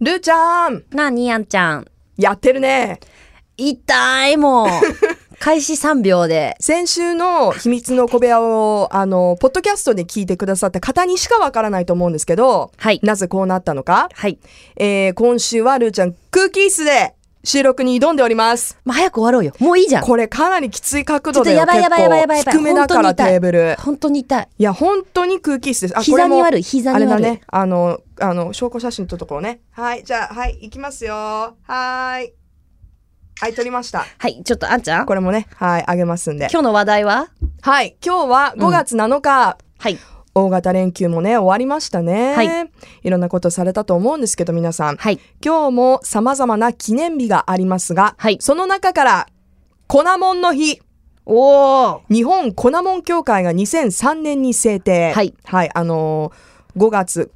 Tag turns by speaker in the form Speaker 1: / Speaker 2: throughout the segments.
Speaker 1: ルーちゃん
Speaker 2: なあ、にやんちゃん。
Speaker 1: やってるね
Speaker 2: 痛い、もう。開始3秒で。
Speaker 1: 先週の秘密の小部屋を、あの、ポッドキャストで聞いてくださった方にしかわからないと思うんですけど、
Speaker 2: はい
Speaker 1: なぜこうなったのか、
Speaker 2: はい。
Speaker 1: えー、今週はルーちゃん、空気椅子で収録に挑んでおります。
Speaker 2: まあ、早く終わろうよ。もういいじゃん。
Speaker 1: これかなりきつい角
Speaker 2: ち
Speaker 1: 度
Speaker 2: ょっと
Speaker 1: で
Speaker 2: やばい
Speaker 1: 結
Speaker 2: やばいやばいやばいや
Speaker 1: 構
Speaker 2: ばい。
Speaker 1: 低めだから
Speaker 2: 本当に
Speaker 1: テ
Speaker 2: 痛い
Speaker 1: ーブル。
Speaker 2: 本当に痛い。
Speaker 1: いや、本当に空気椅子です。あ
Speaker 2: 膝に悪い、膝
Speaker 1: あ
Speaker 2: に
Speaker 1: れだ
Speaker 2: 悪い
Speaker 1: ね。。あの、あの、証拠写真撮っとこうね。はい、じゃあ、はい、行きますよ。はーい。はい、撮りました。
Speaker 2: はい、ちょっとあんちゃん。
Speaker 1: これもね、はい、あげますんで。
Speaker 2: 今日の話題は
Speaker 1: はい、今日は5月7日、
Speaker 2: はい。
Speaker 1: 大型連休もね、終わりましたね。。
Speaker 2: はい
Speaker 1: ろんなことされたと思うんですけど、皆さん。
Speaker 2: はい。
Speaker 1: 今日も様々な記念日がありますが、
Speaker 2: はい
Speaker 1: その中から、粉もんの日。
Speaker 2: おー。
Speaker 1: 日本粉もん協会が2003年に制定。
Speaker 2: はい。
Speaker 1: あのー、5月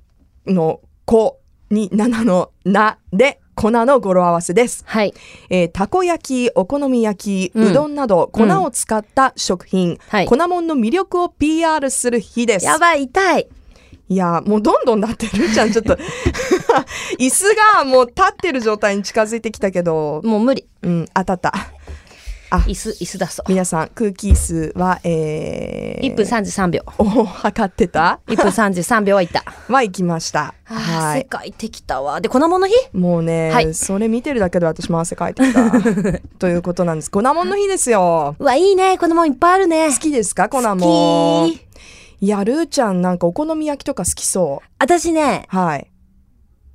Speaker 1: の子に7のなで、粉の語呂合わせです。
Speaker 2: はい。
Speaker 1: えーたこ焼き、お好み焼き、
Speaker 2: うん
Speaker 1: うどんなど粉を使った食品、
Speaker 2: はい
Speaker 1: 粉もんの魅力を PR する日です。
Speaker 2: やばい、痛い。
Speaker 1: いやーもうどんどんなってるじゃん、ちょっ と。椅子がもう立ってる状態に近づいてきたけど、
Speaker 2: もう無理。
Speaker 1: うん、当たった。
Speaker 2: 椅子、椅子出そう。
Speaker 1: 皆さん、空気椅子は、えー、
Speaker 2: 1分33秒。
Speaker 1: お測ってた
Speaker 2: 1分33秒は痛いた。
Speaker 1: は行きました。
Speaker 2: あ
Speaker 1: は
Speaker 2: ー世
Speaker 1: い。
Speaker 2: 界できたわ。で、粉もんの日
Speaker 1: もうね、
Speaker 2: はい
Speaker 1: それ見てるだけで私も汗かいてき た。ということなんです。粉もんの日ですよ。
Speaker 2: うわ、いいね。粉もんいっぱいあるね
Speaker 1: 好。きですか粉も
Speaker 2: 好
Speaker 1: ん。
Speaker 2: き。
Speaker 1: いや、ルーちゃんなんかお好み焼きとか好きそ
Speaker 2: 私ね、
Speaker 1: う。はい。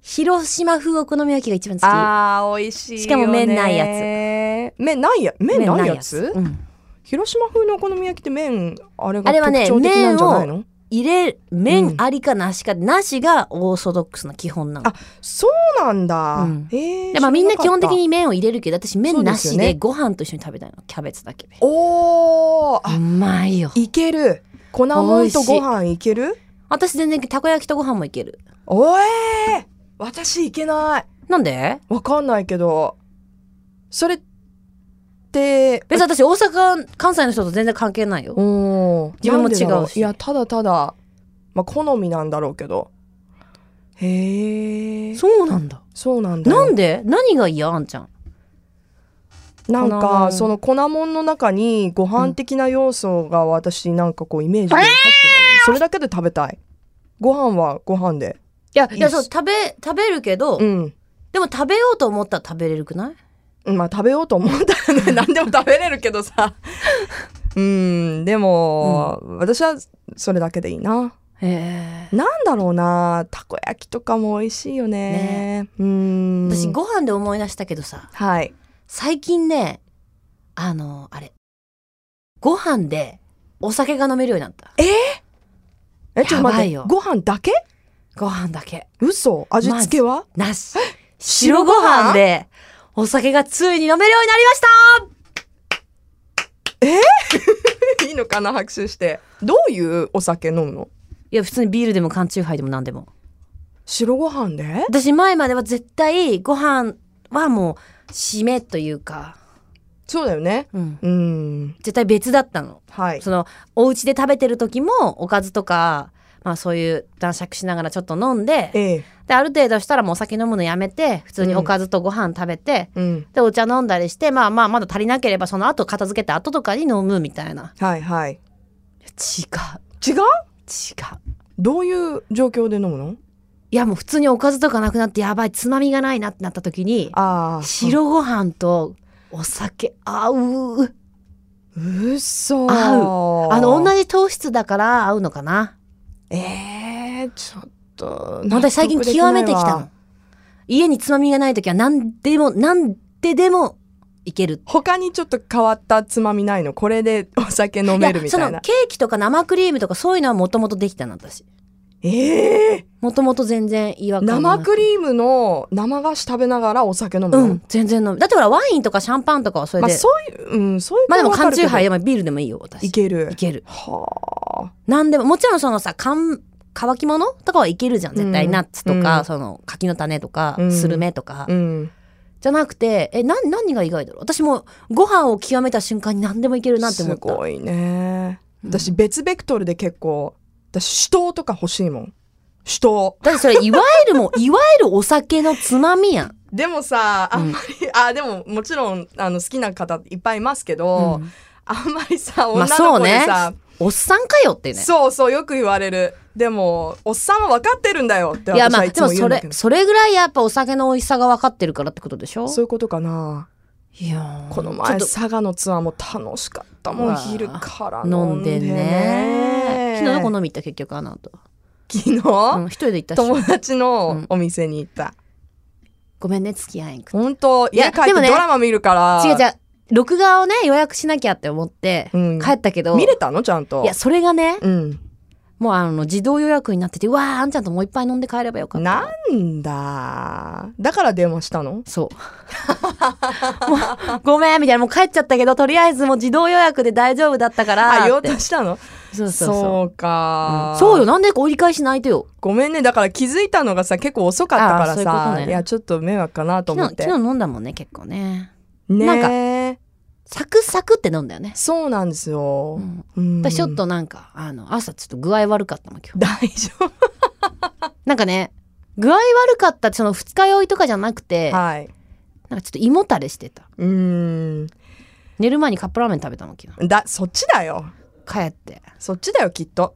Speaker 2: 広島風お好み焼きが一番好き。
Speaker 1: あー、美味しい
Speaker 2: しかも麺ないや
Speaker 1: つ。麺ないや、麺ないやつ
Speaker 2: うん
Speaker 1: 広島風のお好み焼きって麺、あれが
Speaker 2: あれはね
Speaker 1: 特徴的なんじゃないの、
Speaker 2: 入れ
Speaker 1: う
Speaker 2: 麺
Speaker 1: ん
Speaker 2: ありかなしか、なしがオーソドックスな基本なの
Speaker 1: あ。そうなんだ。
Speaker 2: うん
Speaker 1: えー
Speaker 2: でまあ、みんな基本的。
Speaker 1: 知らかっ
Speaker 2: に麺を入れるけど私
Speaker 1: そう
Speaker 2: 麺
Speaker 1: で
Speaker 2: な
Speaker 1: すよ
Speaker 2: し
Speaker 1: ね
Speaker 2: でご飯と一緒に食べたいのキャベツだけで
Speaker 1: たおー、
Speaker 2: う
Speaker 1: あ、
Speaker 2: まいよ
Speaker 1: いける。粉もんとご飯いける
Speaker 2: 私全然たこ焼きとご飯もいける
Speaker 1: おえー、私いけない。
Speaker 2: なんで
Speaker 1: わかんないけど、それって、
Speaker 2: 別に私大阪関西の人と全然関係ないよ
Speaker 1: お
Speaker 2: 自分も
Speaker 1: なんでだろ
Speaker 2: 違うし
Speaker 1: いやただただまあ好みなんだろうけどへえそ
Speaker 2: そうなんだ
Speaker 1: うなんだよ
Speaker 2: なんで何が嫌あんちゃん
Speaker 1: なん
Speaker 2: 粉も
Speaker 1: か
Speaker 2: ん
Speaker 1: その粉もんの中にご飯的な要素が私なんかこうイメージで入ってるそれだけで食べたいご飯はご飯で
Speaker 2: いや
Speaker 1: い
Speaker 2: いや
Speaker 1: っす
Speaker 2: そう食べ食べるけど、
Speaker 1: うん
Speaker 2: でも食べようと思ったら食べれるくない
Speaker 1: まあ食べようと思った らね何でも食べれるけどさうんでも、私はそれだけでいいな
Speaker 2: へえ
Speaker 1: なんだろうなたこ焼きとかも美味しいよねうん
Speaker 2: 私ご飯で思い出したけどさ
Speaker 1: はい
Speaker 2: 最近ねあのあれご飯でお酒が飲めるようになった
Speaker 1: え、ちょっと待っ
Speaker 2: やば
Speaker 1: て
Speaker 2: いよ、
Speaker 1: ご飯だけ
Speaker 2: ご飯だけ
Speaker 1: 嘘味付けは、
Speaker 2: なし。
Speaker 1: 白
Speaker 2: 白
Speaker 1: ご
Speaker 2: ご
Speaker 1: 飯
Speaker 2: 飯で、お酒がついに飲めるようになりました
Speaker 1: いいのかな拍手して。どういうお酒飲むの
Speaker 2: いや、普通にビールでも缶チューハイでも何でも。
Speaker 1: 白ご飯で
Speaker 2: 私前までは絶対ご飯はもう、締めというか、
Speaker 1: そうだよね。
Speaker 2: うん。
Speaker 1: うん。
Speaker 2: 絶対別だったの。
Speaker 1: はい。
Speaker 2: その、お家で食べてる時も、おかずとか、まあそういう男爵しながらちょっと飲んで、
Speaker 1: ええ。
Speaker 2: で、ある程度したらもうお酒飲むのやめて、普通におかずとご飯食べて、
Speaker 1: うん。
Speaker 2: で、お茶飲んだりして、まあまあ、まだ足りなければ、その後片付けた後とかに飲むみたいな。
Speaker 1: はいはい。
Speaker 2: いや違う。
Speaker 1: 違う
Speaker 2: 違う。
Speaker 1: どういう状況で飲むの
Speaker 2: いやもう普通におかずとかなくなってやばいつまみがないなってなった時に
Speaker 1: ああ。
Speaker 2: 白ご飯とお酒合う
Speaker 1: うっそ
Speaker 2: 合
Speaker 1: ー。
Speaker 2: あの同じ糖質だから合うのかな
Speaker 1: ええちょっと。
Speaker 2: 私最近
Speaker 1: 納得できな
Speaker 2: 極
Speaker 1: いわ
Speaker 2: めてきたの。家につまみがない時は何でも何ででもいける
Speaker 1: 他にちょっと変わったつまみないのこれでお酒飲めるみ
Speaker 2: そ
Speaker 1: たい
Speaker 2: の
Speaker 1: な。
Speaker 2: ケーキとか生クリームとかそういうのはもともとできたの私
Speaker 1: ええ
Speaker 2: もともと全然違和感な
Speaker 1: 生
Speaker 2: く
Speaker 1: クリームの生菓子食べながらお酒飲むの、
Speaker 2: うん全然飲むだってほらワインとかシャンパンとかはそれ
Speaker 1: まあ
Speaker 2: で、
Speaker 1: そういう、うん、そういう
Speaker 2: まあでも缶チューハイ
Speaker 1: イ
Speaker 2: でもビールでもいいよ私
Speaker 1: いける
Speaker 2: い。ける
Speaker 1: はあ。
Speaker 2: なんでも、もちろんそのさ、乾、乾き物とかはいけるじゃん、絶対。
Speaker 1: うん
Speaker 2: ナッツとか、
Speaker 1: うん
Speaker 2: その柿の種とか、
Speaker 1: うん
Speaker 2: スルメとか、
Speaker 1: うん。
Speaker 2: じゃなくて、え、な、何が意外だろう私もご飯を極めた瞬間に何でもいけるなって思
Speaker 1: す
Speaker 2: った。
Speaker 1: ごいね。
Speaker 2: うん
Speaker 1: 私別ベクトルで結構、私、酒盗とか欲しいもん。した。
Speaker 2: だってそれ、いわゆるも う、いわゆるお酒のつまみやん。
Speaker 1: でもさ、あんまり、あ、でももちろん、あの、好きな方いっぱいいますけど、
Speaker 2: うん
Speaker 1: あんまりさ、
Speaker 2: ま
Speaker 1: 女
Speaker 2: あ
Speaker 1: の子でさ、
Speaker 2: そうおっさんかよってね。
Speaker 1: そうそう、よく言われる。でも、おっさんは分かってるんだよって
Speaker 2: いや
Speaker 1: 私
Speaker 2: ま
Speaker 1: は
Speaker 2: あ
Speaker 1: い
Speaker 2: で
Speaker 1: つも
Speaker 2: も
Speaker 1: 言う
Speaker 2: そ
Speaker 1: んだ
Speaker 2: れ
Speaker 1: けど。
Speaker 2: それぐらいやっぱお酒の美味しさが分かってるからってことでしょ
Speaker 1: そういうことかな。
Speaker 2: いやー
Speaker 1: この前、
Speaker 2: ちょっ
Speaker 1: 佐賀のツアーも楽しかったも。
Speaker 2: うんわ
Speaker 1: 昼から
Speaker 2: と飲んでね昨日どこ
Speaker 1: の
Speaker 2: 飲み行った結局あの後、
Speaker 1: 昨日、
Speaker 2: うん、一人で行ったし
Speaker 1: 友達
Speaker 2: う
Speaker 1: の
Speaker 2: ん
Speaker 1: お店に行った。
Speaker 2: ごめんね付き合えんくて
Speaker 1: 本当
Speaker 2: いや
Speaker 1: 家帰って
Speaker 2: でも
Speaker 1: ド
Speaker 2: ね
Speaker 1: ラマ見るから。
Speaker 2: 違う違う録画をね予約しなきゃって思って
Speaker 1: うん
Speaker 2: 帰ったけど、
Speaker 1: 見れたのちゃんと。
Speaker 2: いやそれがね
Speaker 1: うん。
Speaker 2: もうあの自動予約になっててうわーあんちゃんともう一杯飲んで帰ればよかった
Speaker 1: なんだ。だから電話したの
Speaker 2: そうもう ごめんみたいなもう帰っちゃったけどとりあえずもう自動予約で大丈夫だったか
Speaker 1: あ、
Speaker 2: ら
Speaker 1: 言お
Speaker 2: っ
Speaker 1: うと
Speaker 2: て
Speaker 1: したの
Speaker 2: そうそうそう
Speaker 1: そうか、
Speaker 2: うんそうよなんで折り返し泣いてよ
Speaker 1: ごめんねだから気づいたのがさ結構遅かったから
Speaker 2: あーそういうこ
Speaker 1: さ
Speaker 2: と
Speaker 1: い,、
Speaker 2: ね
Speaker 1: やちょっと迷惑かなと思
Speaker 2: 昨
Speaker 1: っ
Speaker 2: 日
Speaker 1: て
Speaker 2: 昨日飲んだもんね結構ね
Speaker 1: ねえ
Speaker 2: サクサクって飲んだよね、
Speaker 1: そうなんですよ
Speaker 2: う、ん、
Speaker 1: うん
Speaker 2: 私ちょっとなんかあの朝ちょっと具合悪かったもん今 日
Speaker 1: 大丈
Speaker 2: なんかね具合悪かったってその二日酔いとかじゃなくて
Speaker 1: 夫はい
Speaker 2: なんかちょっと胃もたれしてた
Speaker 1: うーん
Speaker 2: 寝る前にカップラーメン食べたの昨日
Speaker 1: だそっちだよ
Speaker 2: 帰って
Speaker 1: そっちだよきっと